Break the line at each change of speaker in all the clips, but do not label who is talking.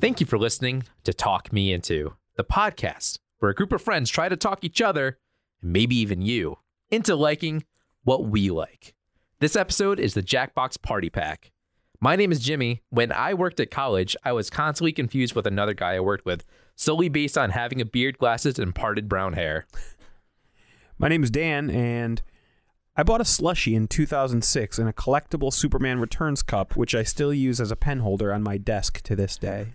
Thank you for listening to Talk Me Into, the podcast where a group of friends try to talk each other, and maybe even you, into liking what we like. This episode is the Jackbox Party Pack. My name is Jimmy. When I worked at college, I was constantly confused with another guy I worked with, solely based on having a beard, glasses, and parted brown hair.
My name is Dan, and I bought a slushie in 2006 in a collectible Superman Returns cup, which I still use as a pen holder on my desk to this day.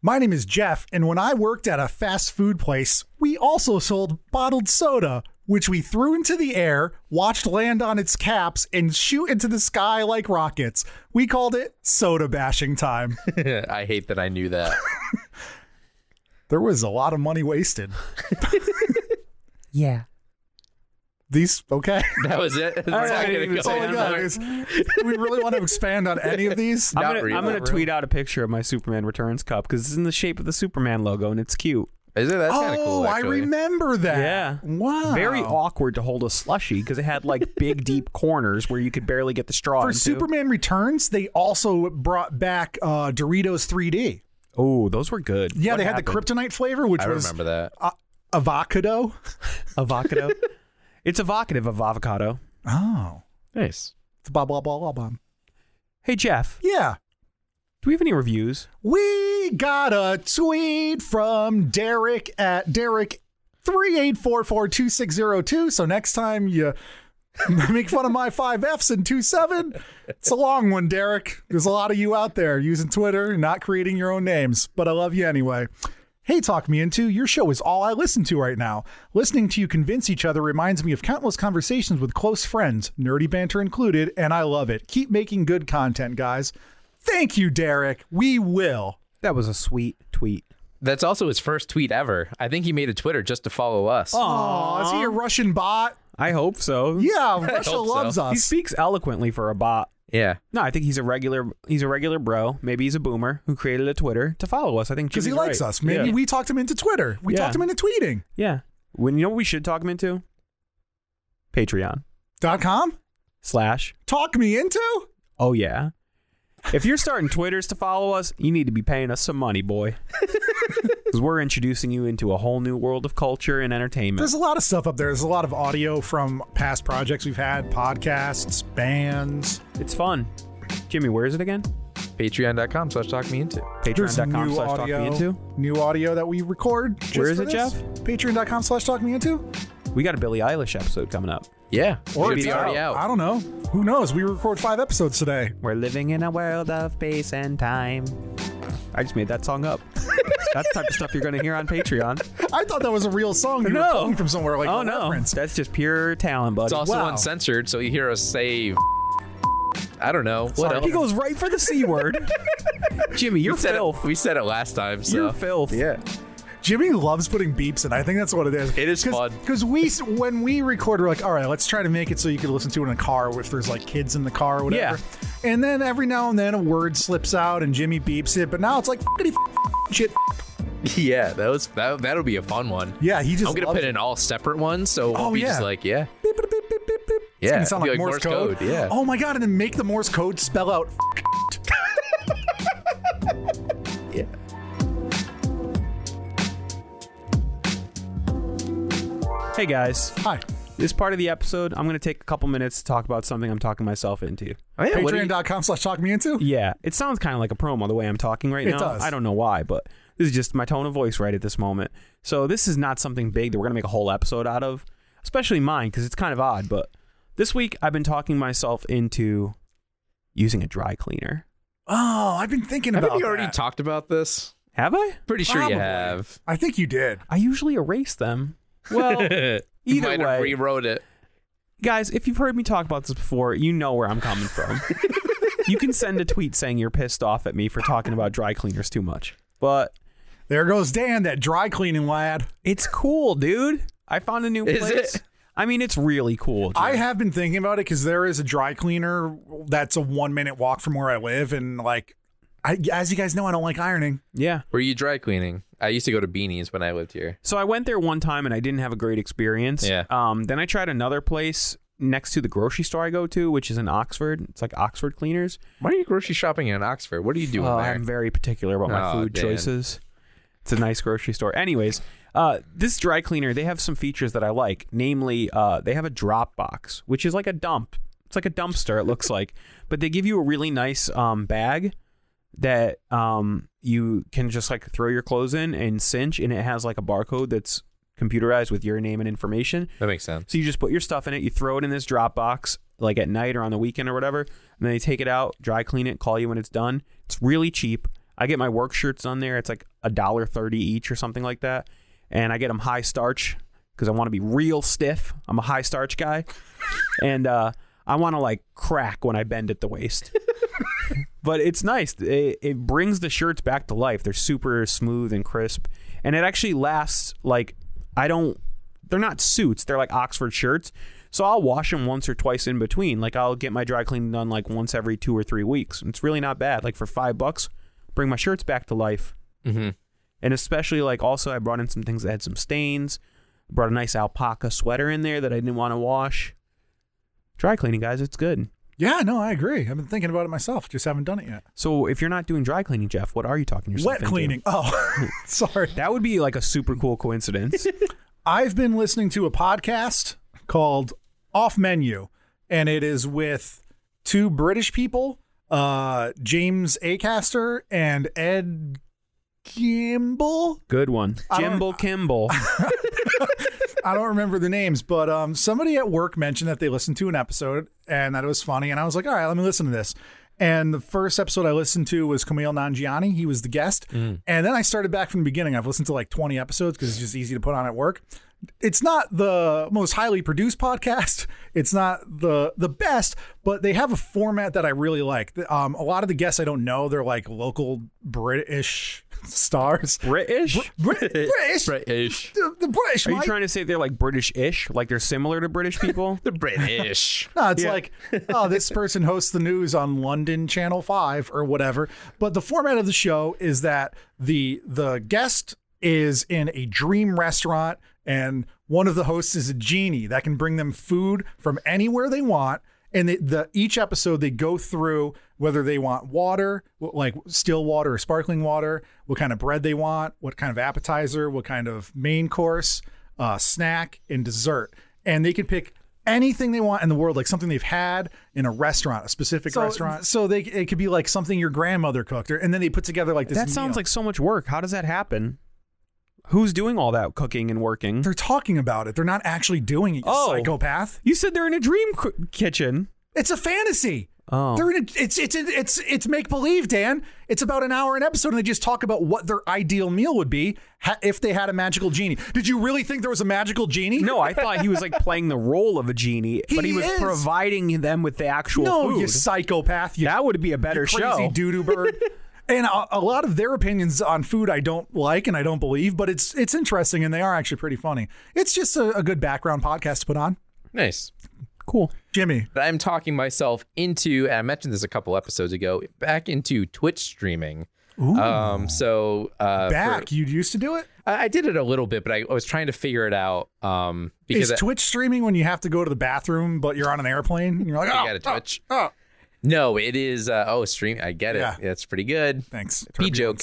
My name is Jeff, and when I worked at a fast food place, we also sold bottled soda, which we threw into the air, watched land on its caps, and shoot into the sky like rockets. We called it soda bashing time.
I hate that I knew that.
there was a lot of money wasted. yeah. These, okay.
That was it. It's not gonna
even
go
say
Oh my
anywhere.
God. is- do we really want to expand on any of these?
Not
I'm gonna,
really.
I'm gonna tweet out a picture of my Superman Returns cup because it's in the shape of the Superman logo and it's cute.
Is it? That's
oh,
kind of cool.
I
actually.
remember that.
Yeah.
Wow.
Very awkward to hold a slushie because it had like big deep corners where you could barely get the straw.
For
into.
Superman Returns, they also brought back uh, Doritos 3D.
oh, those were good.
Yeah,
What
they had the
happened?
kryptonite flavor, which
I
was
remember that.
uh, avocado.
avocado. it's evocative of avocado.
Oh,
Nice.
it's blah blah blah blah blah.
Hey Jeff,
Yeah,
do we have any reviews?
we got a tweet from Derek at Derek three eight four four two six zero two. So next time you make fun of my five Fs and two seven, it's a long one, Derek. There's a lot of you out there using Twitter, and not creating your own names, but I love you anyway. Hey, Talk Me Into, your show is all I listen to right now. Listening to you convince each other reminds me of countless conversations with close friends, nerdy banter included, and I love it. Keep making good content, guys. Thank you, Derek. We will.
That was a sweet tweet.
That's also his first tweet ever. I think he made a Twitter just to follow us.
Oh, is he a Russian bot?
I hope so.
Yeah, Russia
hope so.
loves
He
us.
speaks eloquently for a bot.
Yeah.
Uh, No, I think he's a regular. He's a regular bro. Maybe he's a boomer who created a Twitter to follow us. I think
Because he
Jimmy's
likes
right.
us. Maybe
yeah.
we talked him into Twitter. We
Yeah.
talked him into tweeting.
Yeah. When you know what we should talk him into Patreon
Dot com?
slash.
Talk me into?
Oh yeah. If you're starting Twitters to follow us, you need to be paying us some money, boy. Because we're introducing you into a whole new world of culture and entertainment.
There's a lot of stuff up there. There's a lot of audio from past projects we've had, podcasts, bands.
it's fun. Jimmy, where is it again?
Patreon.com slash talk me into.
There's
Patreon.com
new
slash talk me
audio,
into.
new audio that we record. Just
Where is
for
it,
this.
Jeff?
Patreon.com slash talk me into.
We got a Billie Eilish episode coming up.
Yeah.
Or
Should
it's
be already
Oh.
out.
I don't know. Who knows? We record five episodes today.
We're living in a world of space and time. I just made that song up. That's the type of stuff you're going to hear on Patreon.
I thought that was a real song. You
No.
were pulling from somewhere like
oh,
a
no.
reference.
That's just pure talent, buddy.
It's also
Wow.
uncensored, so you hear us say. I don't know. What else?
he goes right for the C word. Jimmy, you're
we said,
filth.
it, we said it last time, so.
You're filth.
Yeah.
Jimmy loves putting beeps in. I think that's what it is.
It is fun.
because we s- when we record, we're like, all right, let's try to make it so you can listen to it in a car if there's like kids in the car or whatever. And then every now and then a word slips out and Jimmy beeps it, but now it's like "F***ity f- shit.
Yeah, that was that. That'll be a fun one.
Yeah, he just.
I'm gonna
loves
put in all separate ones, so we'll
Oh,
be just
yeah.
like, yeah,
Beep, beep, beep, beep, beep, beep.
Yeah,
it's gonna sound
it'd be
like, Morse,
like Morse
code.
code, yeah.
Oh my god! And then make the Morse code spell out. "F***."
yeah.
Hey, guys.
Hi.
This part of the episode, I'm going to take a couple minutes to talk about something I'm talking myself into.
Oh, yeah, what do you-
Patreon.com slash talk me into.
Yeah, it sounds kind of like a promo the way I'm talking right
It
now.
does.
I don't know why, but this is just my tone of voice right at this moment. So this is not something big that we're gonna make a whole episode out of, especially mine because it's kind of odd. But this week I've been talking myself into using a dry cleaner.
Oh, I've been thinking
Haven't
about
you already
that.
talked about this?
Have I?
Pretty sure
Probably.
you have.
I think you did.
I usually erase them. Well,
you
either
might
way,
have rewrote it.
guys, if you've heard me talk about this before, you know where I'm coming from. you can send a tweet saying you're pissed off at me for talking about dry cleaners too much, but
There goes Dan, that dry cleaning lad.
it's cool, dude. I found a new
Is
place.
it?
I mean, it's really cool.
I
dude.
have been thinking about it because there is a dry cleaner that's a one minute walk from where I live, and like, I, as you guys know, I don't like ironing.
yeah.
Were you dry cleaning? I used to go to Beanies when I lived here.
So I went there one time and I didn't have a great experience.
Yeah.
Um. Then I tried another place next to the grocery store I go to, which is in Oxford. It's like Oxford Cleaners.
Why are you grocery shopping in Oxford? What are you doing
Oh,
Uh,
there?
I'm very particular about my
Aw,
food
Dan.
choices. It's a nice grocery store. Anyways, uh, this dry cleaner, they have some features that I like. Namely, uh, they have a drop box, which is like a dump. It's like a dumpster, it looks like. But they give you a really nice um, bag that um, you can just like throw your clothes in and cinch, and it has like a barcode that's computerized with your name and information.
that makes sense.
So you just put your stuff in it, you throw it in this drop box, like at night or on the weekend or whatever, and then they take it out, dry clean it, call you when it's done. It's really cheap. I get my work shirts on there. It's like a dollar thirty each or something like that, and I get them high starch because I want to be real stiff. I'm a high starch guy, and uh, I want to like crack when I bend at the waist. but it's nice. It, it brings the shirts back to life. They're super smooth and crisp, and it actually lasts. Like I don't. They're not suits. They're like Oxford shirts. So I'll wash them once or twice in between. Like I'll get my dry cleaning done like once every two or three weeks. It's really not bad. Like for five bucks, bring my shirts back to life.
Mm-hmm.
And especially like also I brought in some things that had some stains. Brought a nice alpaca sweater in there that I didn't want to wash. Dry cleaning, guys, it's good.
Yeah, no, I agree. I've been thinking about it myself, just haven't done it yet.
So if you're not doing dry cleaning, Jeff, what are you talking yourself
Wet
into?
cleaning. Oh, sorry.
That would be like a super cool coincidence.
I've been listening to a podcast called Off Menu, and it is with two British people, uh, James Acaster and Ed Kimball.
Good one.
I don't-
Jimbo Kimball.
I don't remember the names, but um, somebody at work mentioned that they listened to an episode and that it was funny, and I was like, all right, let me listen to this. And the first episode I listened to was Camille Nangiani. He was the guest. And then I started back from the beginning. I've listened to like 20 episodes because it's just easy to put on at work. It's not the most highly produced podcast. It's not the the best, but they have a format that I really like. Um, a lot of the guests I don't know. They're like local British stars.
British?
Brit- British,
British.
the, the British.
Are you
Mike.
trying to say they're like British-ish? Like they're similar to British people?
The British.
No, it's like, oh, this person hosts the news on London Channel Five or whatever. But the format of the show is that the the guest is in a dream restaurant, and one of the hosts is a genie that can bring them food from anywhere they want. And the, the each episode they go through whether they want water, wh- like still water or sparkling water, what kind of bread they want, what kind of appetizer, what kind of main course, uh, snack, and dessert. And they can pick anything they want in the world, like something they've had in a restaurant, a specific restaurant. So they it could be like something your grandmother cooked, or and then they put together like this.
that sounds
meal.
like so much work. How does that happen? Who's doing all that cooking and working?
they're talking about it. They're not actually doing it. You
Oh.
psychopath!
You said they're in a dream cu- kitchen.
It's a fantasy.
Oh.
They're in a, it's it's it's it's make believe, Dan. It's about an hour an episode, and they just talk about what their ideal meal would be ha- if they had a magical genie. Did you really think there was a magical genie?
No, I thought he was like playing the role of a genie, but he
He
was
is.
providing them with the actual
no,
food.
you psychopath. You
that would be a better
crazy
show.
doo doo bird. and a, a lot of their opinions on food I don't like and I don't believe, but it's it's interesting and they are actually pretty funny. It's just a, a good background podcast to put on.
Nice.
Cool.
Jimmy,
That I'm talking myself into, and I mentioned this a couple episodes ago, back into Twitch streaming. Um, so uh, for-
back you used to do it.
I, I did it a little bit, but I, I was trying to figure it out. Um,
Is
because I-
Twitch streaming when you have to go to the bathroom but you're on an airplane? And you're like,
I,
oh,
got a Twitch. No, it is. Uh, oh, stream. I get it.
Yeah.
That's pretty good.
thanks.
P joke.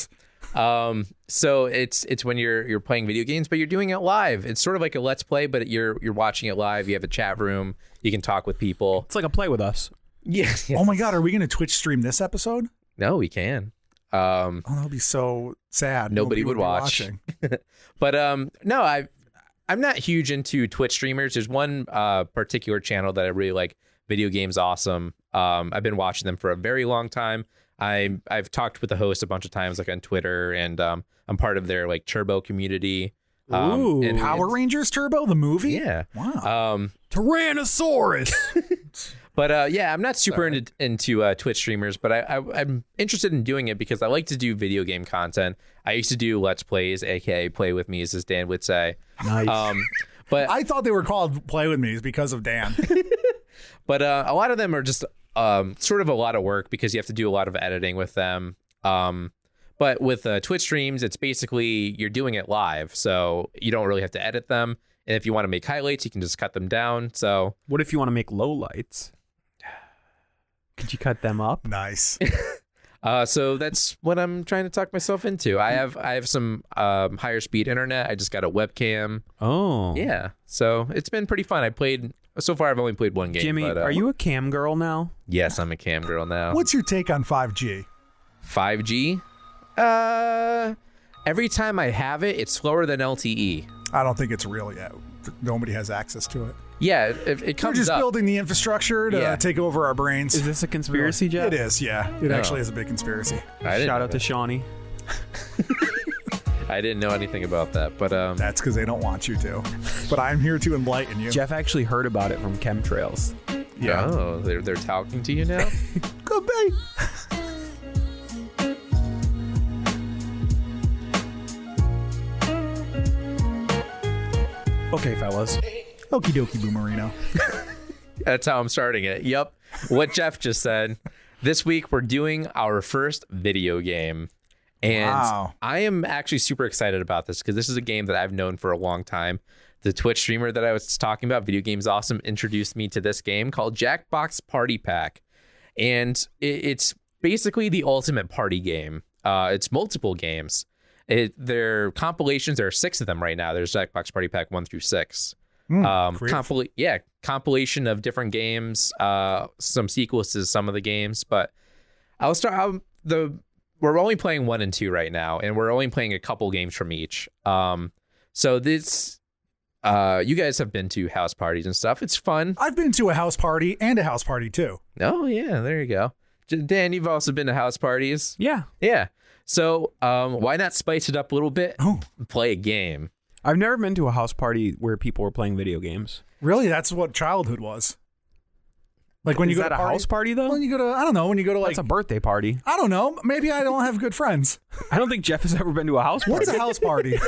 Um, so it's it's when you're you're playing video games, but you're doing it live. It's sort of like a let's play, but you're you're watching it live. You have a chat room. You can talk with people.
It's like a play with us.
Yes.
Oh my god, are we going to Twitch stream this episode?
No, we can. Um,
Oh, that would be so sad.
Nobody would
be
watch.
watching.
but um, no, I I'm not huge into Twitch streamers. There's one uh particular channel that I really like. Video games, awesome. Um, I've been watching them for a very long time. I I've talked with the host a bunch of times, like on Twitter, and um, I'm part of their like Turbo community. Um,
Ooh.
and
Power Rangers Turbo, the movie.
Yeah.
Wow.
Um,
Tyrannosaurus.
but uh, yeah, I'm not super into, into uh, Twitch streamers, but I, I, I'm interested in doing it because I like to do video game content. I used to do Let's Plays, aka Play with Me, as Dan would say.
nice.
Um, but
I thought they were called Play With Me's because of Dan.
but uh, a lot of them are just um, sort of a lot of work because you have to do a lot of editing with them. Um, but with uh, Twitch streams, it's basically you're doing it live, so you don't really have to edit them. And if you want to make highlights, you can just cut them down. So
what if you want to make low lights? Could you cut them up?
nice.
Uh, so that's what I'm trying to talk myself into. I have I have some um, higher speed internet. I just got a webcam.
Oh.
Yeah, so it's been pretty fun. I played so far. I've only played one game.
Jimmy,
but, uh,
are you a cam girl now?
Yes, I'm a cam girl now.
What's your take on 5G?
5G? Uh, every time I have it, it's slower than E. LTE.
I don't think it's real yet. Nobody has access to it.
Yeah, it, it
We're
comes
just
up.
building the infrastructure to
Yeah.
take over our brains.
Is this a conspiracy, Jeff?
It is, yeah. It
No.
actually is a big conspiracy.
I didn't
Shout
know
out to
that.
Shawnee.
I didn't know anything about that, but um,
That's because they don't want you to. But I'm here to enlighten you.
Jeff actually heard about it from chemtrails.
yeah.
oh, they're they're talking to you now.
Could be.
Okay, fellas.
Okie dokie, Boomerino.
That's how I'm starting it. Yep. What Jeff just said. This week we're doing our first video game. And
Wow.
I am actually super excited about this because this is a game that I've known for a long time. The Twitch streamer that I was talking about, Video Games Awesome, introduced me to this game called Jackbox Party Pack. And it, it's basically the ultimate party game. Uh, it's multiple games. It, their compilations, there are six of them right now. There's Jackbox Party Pack 1 through 6
Hmm.
um
creative.
compil- yeah compilation of different games uh some sequels to some of the games but i'll start i the we're only playing one and two right now and we're only playing a couple games from each um so this uh you guys have been to house parties and stuff it's fun
I've been to a house party and a house party too.
oh yeah there you go J- dan you've also been to house parties
Yeah.
yeah so um why not spice it up a little bit
Oh.
play a game
I've never been to a house party where people were playing video games.
Really, that's what childhood was. Like when
Is
you
that
go to
a
party-
house party, though?
When you go to, I don't know, when you go to like,
That's a birthday party.
I don't know, maybe I don't have good friends.
I don't think Jeff has ever been to a house party.
What's a house party?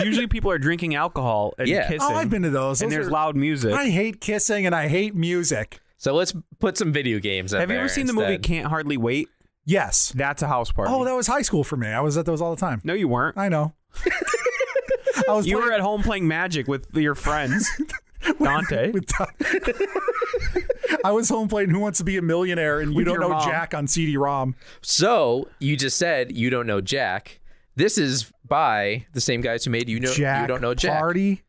Usually people are drinking alcohol and
Yeah.
kissing.
oh, I've been to those.
and
Those
there's
are-
loud music.
I hate kissing and I hate music.
so let's put some video games up
Have you ever
there
seen the movie
instead.
Can't Hardly Wait?
Yes.
That's a house party.
Oh, that was high school for me. I was at those all the time.
no, you weren't.
I know. I was
You were
playing
at home playing magic with your friends, Dante.
with Tom- I was home playing Who Wants to Be a Millionaire, and you
With
don't
your
know
mom.
Jack on CD-ROM.
So you just said you don't know Jack. This is by the same guys who made you know
Jack
you don't know Jack.
party.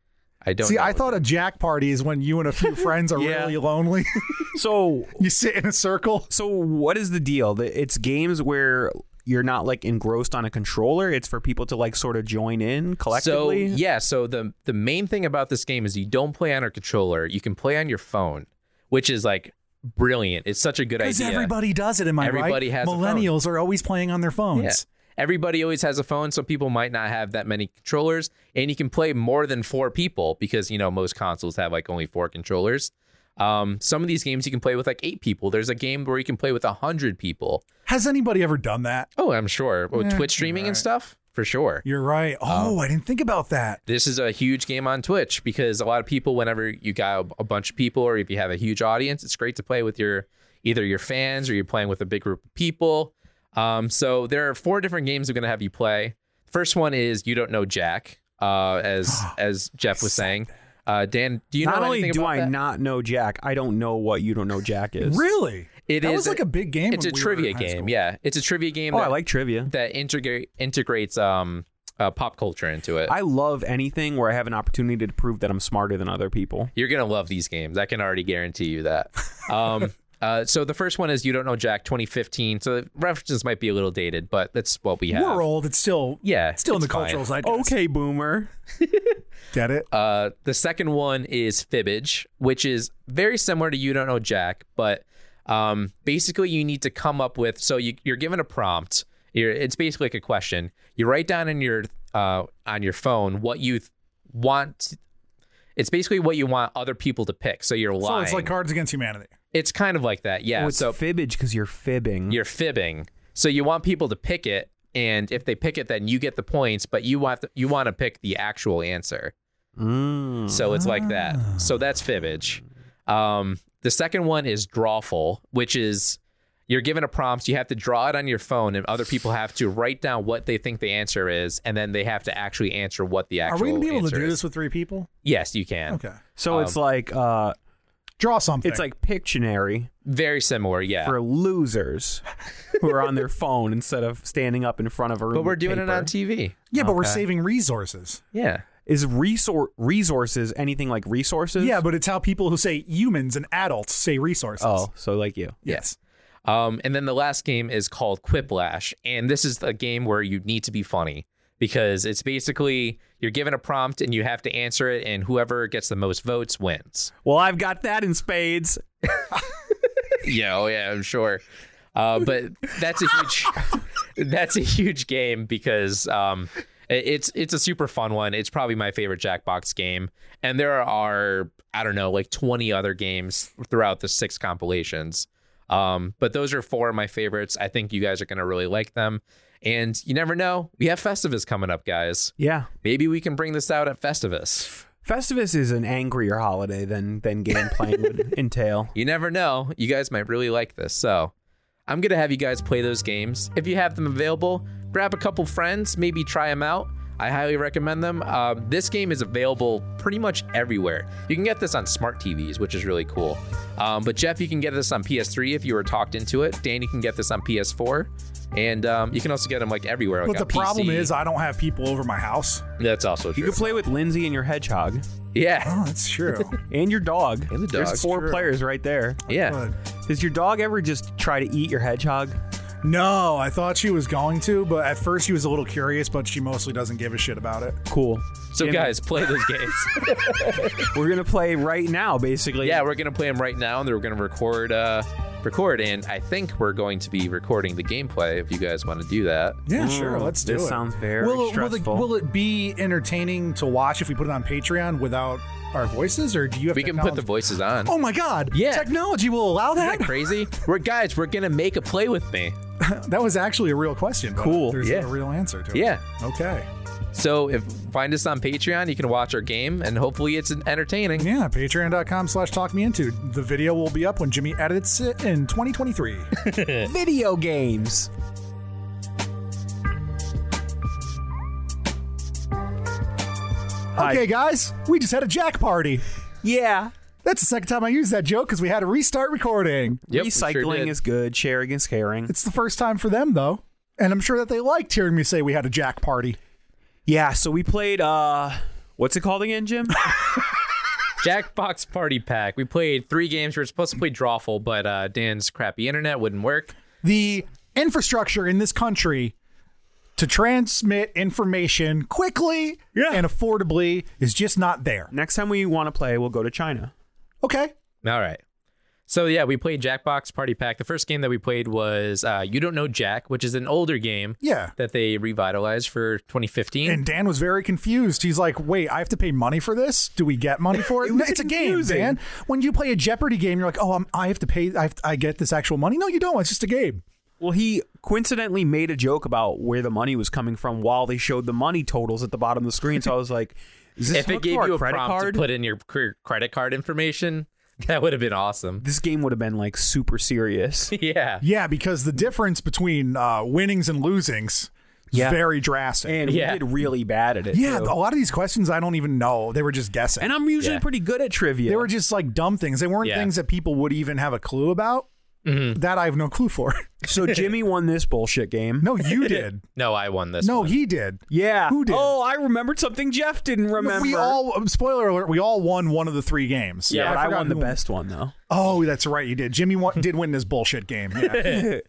I don't.
See,
know.
I thought a Jack party is when you and a few friends are
Yeah.
really lonely.
so,
you sit in a circle.
so what is the deal? The- It's games where you're not like engrossed on a controller. It's for people to like sort of join in
so.
collectively.
Yeah. So the the main thing about this game is you don't play on a controller. You can play on your phone, which is like brilliant. It's such a good
Because
idea.
everybody does it, am I
Everybody
right?
has a phone.
Millennials are always playing on their
Yeah.
phones.
Everybody always has a phone, so people might not have that many controllers, and you can play more than four people because you know most consoles have like only four controllers. Um, some of these games you can play with like eight people. There's a game where you can play with a hundred people.
Has anybody ever done that?
Oh, I'm sure. With Twitch streaming and stuff, for sure.
You're right.
Um,
Oh, I didn't think about that.
This is a huge game on Twitch because a lot of people, whenever you got a bunch of people or if you have a huge audience, it's great to play with your either your fans or you're playing with a big group of people. Um, so there are four different games I'm going to have you play. First one is you don't know Jack, uh, as as Jeff was saying. Uh, Dan, do you
not
know
only
anything
do
about
I
that?
not know Jack, I don't know what you don't know Jack is.
Really?
It
that
is
was like a big game.
It's a
when we were
trivia
in high
game.
school.
Yeah, it's a trivia game
Oh,
that,
I like trivia.
that integrate integrates um uh, pop culture into it.
I love anything where I have an opportunity to prove that I'm smarter than other people.
You're gonna love these games. I can already guarantee you that. Um, uh, so the first one is you don't know Jack 2015. So the references might be a little dated, but that's what we have.
We're old. It's still
Yeah,
it's still in
it's
the
fine.
cultural zeitgeist.
Okay, boomer.
get it.
Uh, the second one is Fibbage, which is very similar to You Don't Know Jack, but um, basically you need to come up with. So you, you're given a prompt. You're, it's basically like a question. You write down in your uh, on your phone what you th- want. It's basically what you want other people to pick. So you're lying.
So it's like Cards Against Humanity.
It's kind of like that. Yeah.
Oh, it's
so
fibbage because you're fibbing.
you're fibbing. So you want people to pick it, and if they pick it, then you get the points. But you want you want to pick the actual answer.
Mm.
So it's like that. So that's fibbage. Um, the second one is drawful, which is you're given a prompt, you have to draw it on your phone, and other people have to write down what they think the answer is, and then they have to actually answer what the
Are
actual.
we gonna be able to
answer
do
is.
this with three people?
Yes, you can.
Okay.
so it's
um,
like uh,
Draw something.
it's like Pictionary
Very similar, yeah.
for losers who are on their phone instead of standing up in front of a room.
but we're
with
doing it
paper.
on TV.
yeah, but we're saving resources.
Yeah.
Is resor- resources anything like resources?
Yeah, but it's how people who say humans and adults say resources.
Oh, so like you.
yes.
Um, and then the last game is called Quiplash, and this is a game where you need to be funny because it's basically you're given a prompt and you have to answer it, and whoever gets the most votes wins.
Well, I've got that in spades.
yeah, oh yeah, I'm sure. Uh, but that's a huge that's a huge game because um, it- it's it's a super fun one. It's probably my favorite Jackbox game, and there are I don't know like 20 other games throughout the six compilations. Um, but those are four of my favorites. I think you guys are gonna really like them. And you never know. We have Festivus coming up, guys.
Yeah.
Maybe we can bring this out at Festivus.
Festivus is an angrier holiday than than game playing would entail.
You never know. You guys might really like this. So I'm going to have you guys play those games. If you have them available, grab a couple friends, maybe try them out. I highly recommend them. Um, this game is available pretty much everywhere. You can get this on smart TVs, which is really cool. Um, but Jeff, you can get this on PS3 if you were talked into it. Dan, you can get this on PS4, and um, you can also get them like everywhere. Like
But the
on
problem
PC.
is I don't have people over my house.
that's also
You
true.
could play with Lindsay and your hedgehog
yeah,
Oh, that's true.
and your dog.
And the dog.
There's four
Sure.
players right there.
yeah.
But
Does your dog ever just try to eat your hedgehog?
no, I thought she was going to, but at first she was a little curious, but she mostly doesn't give a shit about it.
Cool.
So
Damn it.
guys, play those games.
We're gonna play right now, basically.
yeah, we're gonna play them right now, and then we're gonna record, uh, record, and I think we're going to be recording the gameplay. If you guys want to do that,
Yeah, sure. Let's do
Mm, this
it.
sounds very
will, it- will it,
stressful.
will it be entertaining to watch if we put it on Patreon without our voices, or do you have?
we can put the
technology-
voices on.
Oh my God!
Yeah.
technology will allow
Isn't
that.
that crazy? We're guys. We're gonna make a play with me.
That was actually a real question. but
Cool.
There's
Yeah.
a real answer to it.
Yeah.
Okay.
So if find us on Patreon, you can watch our game, and hopefully it's entertaining.
Yeah. Patreon.com slash talk me into. The video will be up when Jimmy edits it in 2023.
Video games. Hi.
okay, guys, we just had a jack party.
Yeah.
That's the second time I used that joke because we had to restart recording.
Yep, we sure
Recycling
did.
is good. Sharing is caring.
It's the first time for them though, and I'm sure that they liked hearing me say we had a jack party.
Yeah. So we played. uh What's it called again, Jim?
Jackbox Party Pack. We played three games. We were supposed to play Drawful, but uh, Dan's crappy internet wouldn't work.
the infrastructure in this country to transmit information quickly
Yeah.
and affordably is just not there.
Next time we want to play, we'll go to China.
Okay.
All right. So yeah, we played Jackbox Party Pack. The first game that we played was uh, You Don't Know Jack, which is an older game.
Yeah.
that they revitalized for 2015.
And Dan was very confused. He's like, "Wait, I have to pay money for this? Do we get money for it?
was
No, it's
confusing.
a game, Dan. When you play a Jeopardy game, you're like, "Oh, I'm, I have to pay. I, have to- I get this actual money." No, you don't. It's just a game.
Well, he coincidentally made a joke about where the money was coming from while they showed the money totals at the bottom of the screen. So I was like, is this
if it
hooked to
gave
our
you a
credit
prompt
card?
to put in your cre- credit card information, that would have been awesome.
this game would have been like super serious.
Yeah.
Yeah, because the difference between uh, winnings and losings is
Yeah.
very drastic.
And
Yeah.
we did really bad at it.
yeah,
too.
a lot of these questions I don't even know. They were just guessing.
and I'm usually
Yeah.
pretty good at trivia.
They were just like dumb things. They weren't
Yeah.
things that people would even have a clue about. That I have no clue for.
so Jimmy won this bullshit game.
No, you did.
No, I won this.
no,
one.
he did.
Yeah.
Who did?
Oh, I remembered something Jeff didn't remember.
We all um, spoiler alert. We all won one of the three games.
Yeah, but I,
forgot
won the
who-
best one though.
Oh, that's right. You did. Jimmy won, did win this bullshit game. Yeah.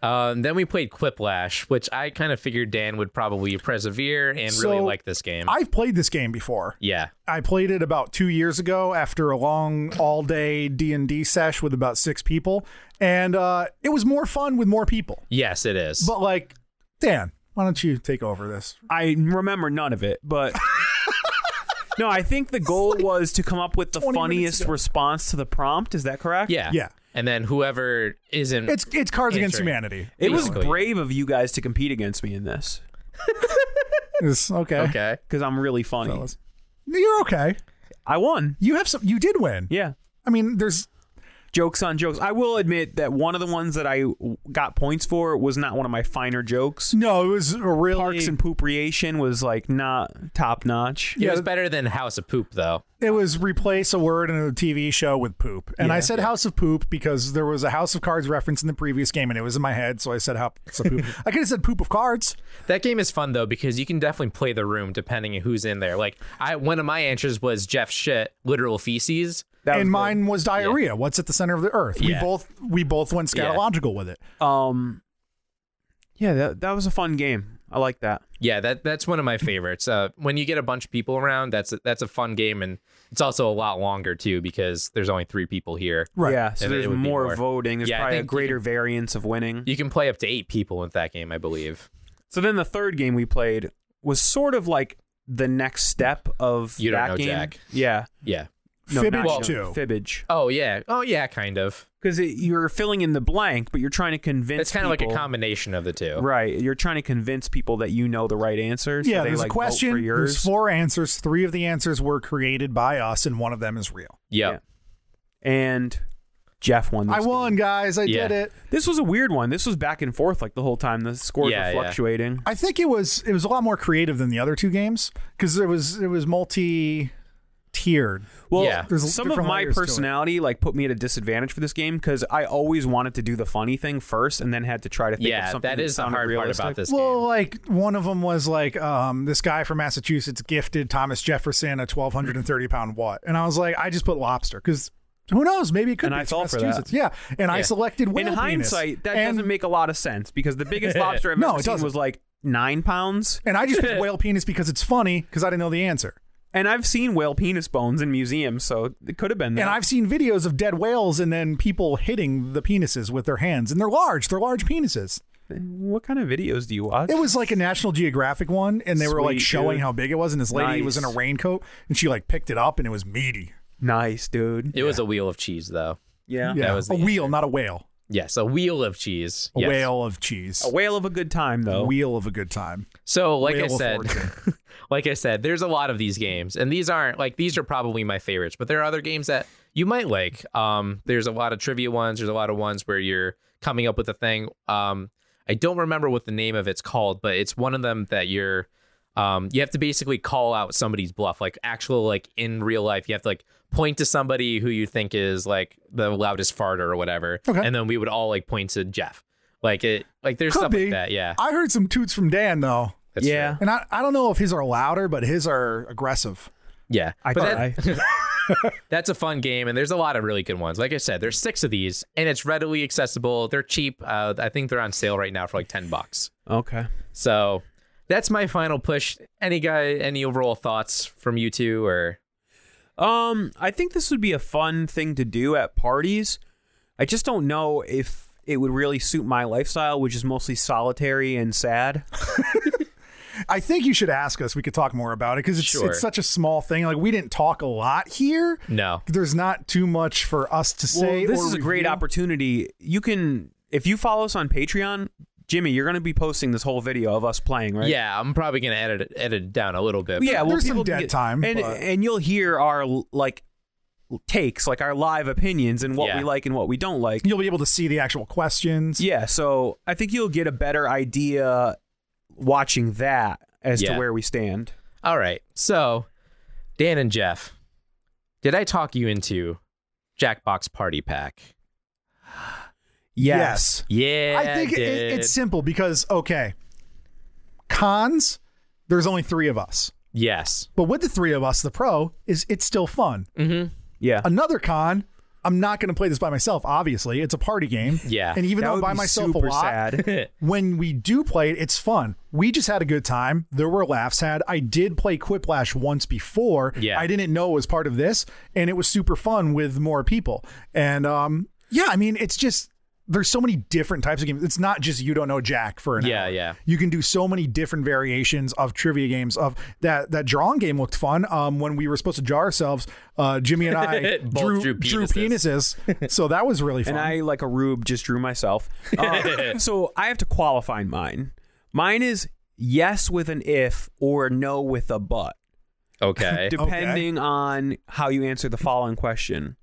Um, then we played Quiplash, which I kind of figured Dan would probably persevere and really
So,
like this game.
I've played this game before.
yeah.
I played it about two years ago after a long all day D and D sesh with about six people, and uh, it was more fun with more people.
Yes, it is.
But like, Dan, why don't you take over this?
I remember none of it, but No, I think the goal was to come up with the
20 minutes
funniest
ago.
response to the prompt. Is that correct?
Yeah.
Yeah.
And then whoever isn't
It's it's Cards Against
Entry.
Humanity.
It was
Basically.
brave of you guys to compete against me in this
It's- okay.
okay.
because I'm really funny.
fellas. You're okay.
I won.
You have some. You did win.
Yeah.
I mean, there's
Jokes on jokes. I will admit that one of the ones that I w- got points for was not one of my finer jokes.
no. It was a really
Parks and Poopriation was like not top notch.
It was better than House of Poop though.
It was replace a word in a TV show with poop. And I said House of Poop because there was a House of Cards reference in the previous game and it was in my head. So I said House of Poop. I could have said Poop of Cards.
That game is fun though because you can definitely play the room depending on who's in there. Like I one of my answers was Jeff shit, literal feces.
That was
and
good.
mine was diarrhea. What's at the center of the earth?
Yeah.
We both we both went
Yeah.
scatological with it.
Um, yeah, that that was a fun game. I like that.
Yeah, that that's one of my favorites. Uh, when you get a bunch of people around, that's a, that's a fun game and it's also a lot longer too because there's only three people here.
Right.
Yeah. So
And it
there's
would be
more,
more.
voting. There's
Yeah, I
probably a
think you
greater variance of winning.
You can play up to eight people with that game, I believe.
So then the third game we played was sort of like the next step of
You don't
that
know
game.
Jack.
Yeah.
Yeah.
Fibbage
not you.
too.
Fibbage.
Oh yeah. Oh yeah. Kind of.
Because you're filling in the blank, but you're trying to convince.
It's kind of like a
people-
combination of the two.
Right. You're trying to convince people that you know the right answer. So
yeah.
they,
There's
like,
a
vote
question.
For yours.
There's four answers. Three of the answers were created by us, and one of them is real.
Yep.
Yeah. And Jeff won. This
I won, guys. I
Yeah.
did it.
game. This was a weird one. This was back and forth like the whole time. The scores
Yeah,
were
yeah.
fluctuating.
I think it was it was a lot more creative than the other two games because it was it was multi tiered.
Well,
Yeah.
There's
some of
different
my
layers to it.
personality like put me at a disadvantage for this game because I always wanted to do the funny thing first and then had to try to think of
Yeah.
something
That is the
sounded
hard
realistic.
part about this
Well,
game.
like one of them was like um, this guy from Massachusetts gifted Thomas Jefferson a 1,230 pound what, and I was like, I just put lobster because who knows, maybe it could
And
be
I
it's
fell for that.
Massachusetts. Yeah, and I
Yeah.
selected whale
In
penis.
hindsight, that
and,
doesn't make a lot of sense because the biggest lobster I've
No,
ever
it
seen
doesn't.
was like nine pounds,
And I just picked whale penis because it's funny because I didn't know the answer.
and I've seen whale penis bones in museums, so it could have been that.
And I've seen videos of dead whales and then people hitting the penises with their hands, and they're large. They're large penises.
what kind of videos do you watch?
It was like a National Geographic one, and they were like
Sweet,
showing
dude.
how big it was. And this lady was in
Nice.
a raincoat, and she like picked it up, and it was meaty.
nice, dude.
it was a wheel of cheese though.
Yeah.
Yeah,
was
a
the
wheel, not a whale.
Yes, a wheel of cheese.
A
Yes.
whale of cheese.
A whale of a good time though.
wheel of a good time.
So, like
Whale
I
of
said,
fortune.
like I said, there's a lot of these games, and these aren't like these are probably my favorites, but there are other games that you might like. Um, there's a lot of trivia ones. There's a lot of ones where you're coming up with a thing. Um, I don't remember what the name of it's called, but it's one of them that you're. Um, you have to basically call out somebody's bluff, like actual, like in real life. You have to like point to somebody who you think is like the loudest farter or whatever,
Okay.
and then we would all like point to Jeff. Like it, like there's
Could
stuff
be.
like that. Yeah,
I heard some toots from Dan though,
that's
Yeah.
true.
and I, I don't know if his are louder, but his are aggressive.
yeah.
I
But that-
try.
that's a fun game and there's a lot of really good ones like i said there's six of these and it's readily accessible they're cheap uh, i think they're on sale right now for like 10 bucks
okay.
so that's my final push any guy any overall thoughts from you two or
Um, I think this would be a fun thing to do at parties. I just don't know if it would really suit my lifestyle, which is mostly solitary and sad.
I think you should ask us. We could talk more about it because it's
Sure.
it's such a small thing. Like we didn't talk a lot here.
no
There's not too much for us to say.
this
or
is a great
review.
opportunity. You can, if you follow us on Patreon, Jimmy, you're going to be posting this whole video of us playing, right?
yeah i'm probably gonna edit it, edit it down a little bit
yeah. Well,
There's some
people can
dead
get-
time,
and
but-
and you'll hear our like takes, like our live opinions and what
Yeah.
we like and what we don't like.
You'll be able to see the actual questions.
Yeah, so I think you'll get a better idea watching that as
Yeah.
to where we stand.
all right so dan and jeff did i talk you into jackbox party pack
Yes.
yeah
I think it, it-
did.
it's simple because okay, cons. There's only three of us,
yes
but with the three of us, the pro is it's still fun.
Mm-hmm. Yeah.
Another con. I'm not going to play this by myself. Obviously, it's a party game.
Yeah.
and even
That
though I'm
would
by
be
myself a
super
lot,
sad.
when we do play it, it's fun. We just had a good time. There were laughs had. I did play Quiplash once before.
Yeah.
I didn't know it was part of this, and it was super fun with more people. And um, yeah, I mean, it's just there's so many different types of games. It's not just you don't know Jack for an
Yeah,
hour.
yeah.
You can do so many different variations of trivia games. Of that that drawing game looked fun. Um, when we were supposed to draw ourselves, uh, Jimmy and I
Both
drew,
drew penises.
penises, so that was really fun.
and I, like a rube, just drew myself. Uh, so I have to qualify mine. Mine is yes with an if or no with a but,
Okay.
depending on how you answer the following question.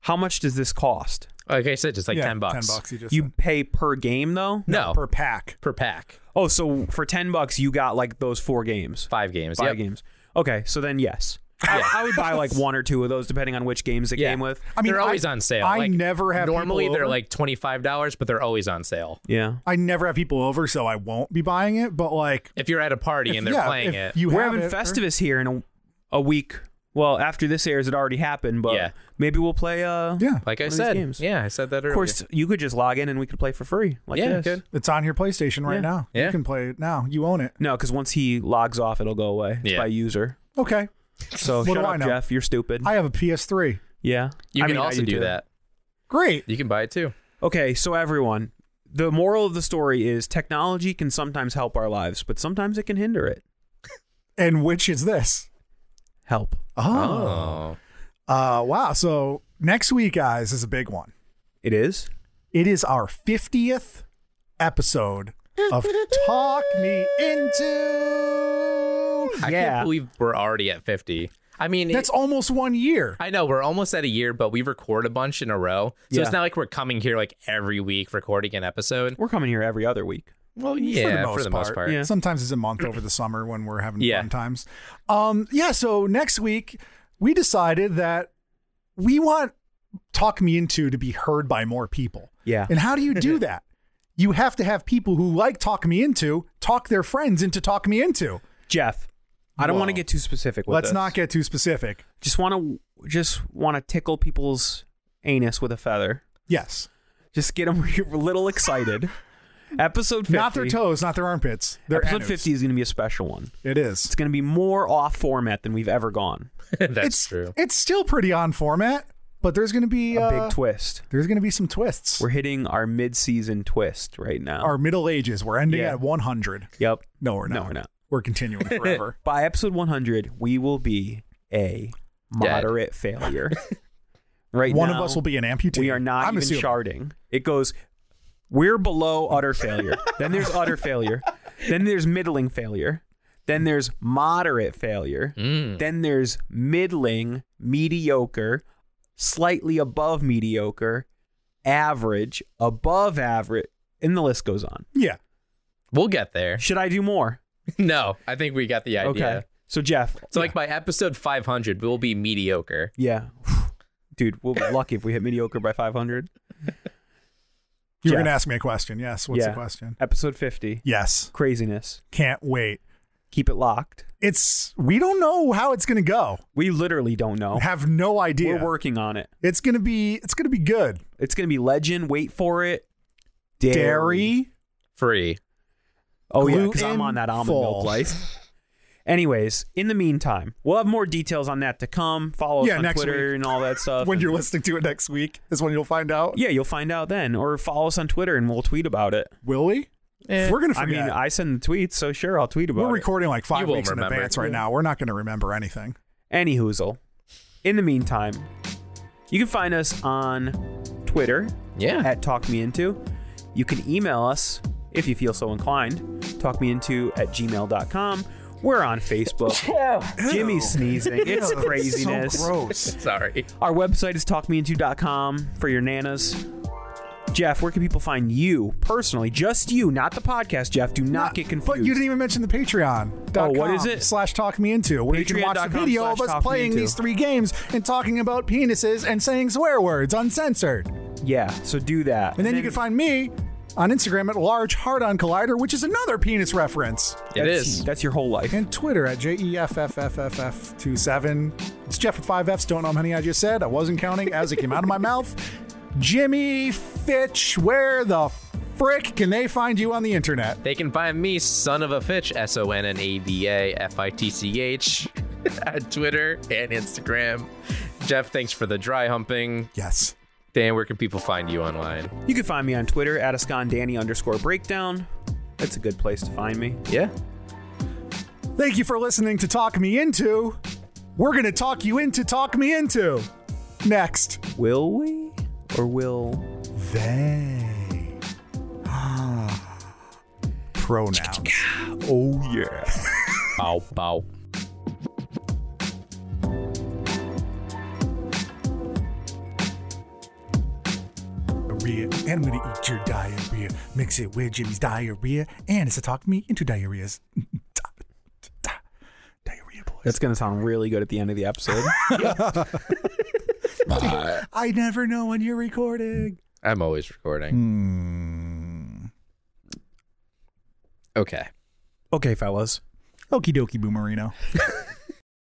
How much does this cost?
like I said, just like
Yeah,
ten bucks.
Ten bucks. You just
You
said.
pay per game though.
No,
per
per,
pack.
pack,
Oh, so for ten bucks you got like those four games,
five games.
five
yep.
games. Okay, so then yes,
Yeah.
I, I would buy like one or two of those depending on which games it
Yeah.
came with.
I mean,
they're
I-
always on sale.
I
Like,
never have
Normally
people
they're
over.
like twenty five dollars, but they're always on sale.
Yeah,
I never have people over, so I won't be buying it. But like,
If you're at a party and they're
yeah,
playing
if
it,
You
we're
have
having
it, or-
Festivus here in a, a week. Well, after this airs, it already happened, but
Yeah.
maybe we'll play. Uh,
Yeah,
like I
of these
said,
games.
yeah, I said that earlier.
Of course, you could just log in and we could play for free. Like
yeah,
this.
good.
it's on your PlayStation right
Yeah.
now. You
Yeah.
can play it now. You own it.
No, because once he logs off, it'll go away. It's
Yeah.
by user.
Okay,
So
What
shut
do
up,
I know?
Jeff. You're stupid.
I have a PS3.
yeah.
You
I
can
mean, I
also do
too.
that.
Great.
You can buy it too.
Okay, so everyone, the moral of the story is technology can sometimes help our lives, but sometimes it can hinder it.
And which is this?
Help.
Oh,
Uh, wow. So next week, guys, is a big one.
It is.
It is our 50th episode of Talk Me Into.
I can't believe we're already at fifty. I mean,
That's
it-
almost one year.
I know we're almost at a year, but we record a bunch in a row, so
Yeah.
it's not like we're coming here like every week recording an episode.
We're coming here every other week.
Well, yeah, for the most part.
Yeah.
Sometimes it's a month over the summer when we're having
Yeah.
fun times. Um, yeah. So next week, we decided that we want Talk Me Into to be heard by more people.
Yeah.
And how do you do that? You have to have people who like Talk Me Into talk their friends into Talk Me Into.
Jeff, I don't
Whoa.
want to get too specific with
Let's
this.
not get too specific.
just want to just want to tickle people's anus with a feather.
Yes.
Just get them a little excited. Episode 50.
Not their toes, not their armpits. Their
Episode
anus.
50 is going to be a special one.
It is.
It's going to be more off format than we've ever gone.
That's
it's,
true.
It's still pretty on format, but there's going to be
A
uh,
big twist.
There's going to be some twists.
We're hitting our mid-season twist right now.
Our Middle Ages. We're ending
Yeah.
at 100.
yep.
No, we're not.
No, we're not.
We're continuing forever.
By episode 100, we will be a moderate failure. right
One
now,
of us will be an amputee.
We are not
I'm
even
assuming.
sharding. It goes. We're below utter failure. then there's utter failure. Then there's middling failure. Then there's moderate failure.
Mm.
Then there's middling, mediocre, slightly above mediocre, average, above average, and the list goes on.
Yeah.
We'll get there.
Should I do more?
No, I think we got the idea.
Okay. So Jeff,
So, like by episode 500, we'll be mediocre.
yeah, dude, we'll be lucky if we hit mediocre by 500.
You're
Jeff.
going to ask me a question. Yes. What's
Yeah.
the question?
Episode 50,
Yes.
craziness.
Can't wait.
Keep it locked.
It's we don't know how it's going to go.
We literally don't know.
Have no idea.
We're working on it.
it's going to be it's going to be good.
It's gonna be legend. Wait for it. Dairy.
Dairy.
Free.
Oh yeah, because I'm
Gluten
on that almond
full.
milk life. Anyways, in the meantime, we'll have more details on that to come. Follow us
Yeah,
on
next
Twitter
week.
and all that stuff.
When
And-
you're listening to it next week is when you'll find out.
yeah, you'll find out then, or follow us on Twitter and we'll tweet about it.
Will we? We're going to
I
forget.
mean, I send the tweets, so sure, I'll tweet about
We're recording like
You
five
won't
weeks in
remember.
advance right now. We're not going to remember anything.
it. Any hoozle. In the meantime, you can find us on Twitter
Yeah.
at Talk Me Into. You can email us if you feel so inclined, talkmeinto at gmail.com. We're on Facebook. Jimmy's sneezing. It's craziness.
So gross.
Sorry.
Our website is talkmeinto.com for your nanas. Jeff, where can people find you personally? Just you, not the podcast, Jeff. Do not get confused.
But you didn't even mention the Patreon.
Oh, what is it?
Slash talk me into where you can watch the
Patreon.com
video of
slash
us
Talk Me
playing
Into.
these three games and talking about penises and saying swear words uncensored.
yeah, so do that.
And then you can find me on Instagram at large hard on collider, which is another penis reference,
It
that's,
is.
That's your whole life.
and Twitter at E jeffffff27. It's Jeff with five Fs. Don't know how many I just said. I wasn't counting as it came out of my mouth. Jimmy Fitch, where the frick can they find you on the internet?
They can find me, son of a fitch, S O N N A V A F I T C H, at Twitter and Instagram. Jeff, thanks for the dry humping.
Yes.
Dan, where can people find you online?
You can find me on Twitter at Danny underscore breakdown. That's a good place to find me.
Yeah.
Thank you for listening to Talk Me Into. We're going to talk you into Talk Me Into. Next.
Will we? Or will.
They. Ah. Pronoun. Oh, yeah.
Bow, bow.
diarrhea, and I'm gonna eat your diarrhea. Mix it with Jimmy's diarrhea, and it's a talk me into diarrheas. diarrhea boys.
That's going to sound really good at the end of the episode.
I never know when you're recording.
I'm always recording. Okay.
okay, fellas.
Okie dokie, Boomerino.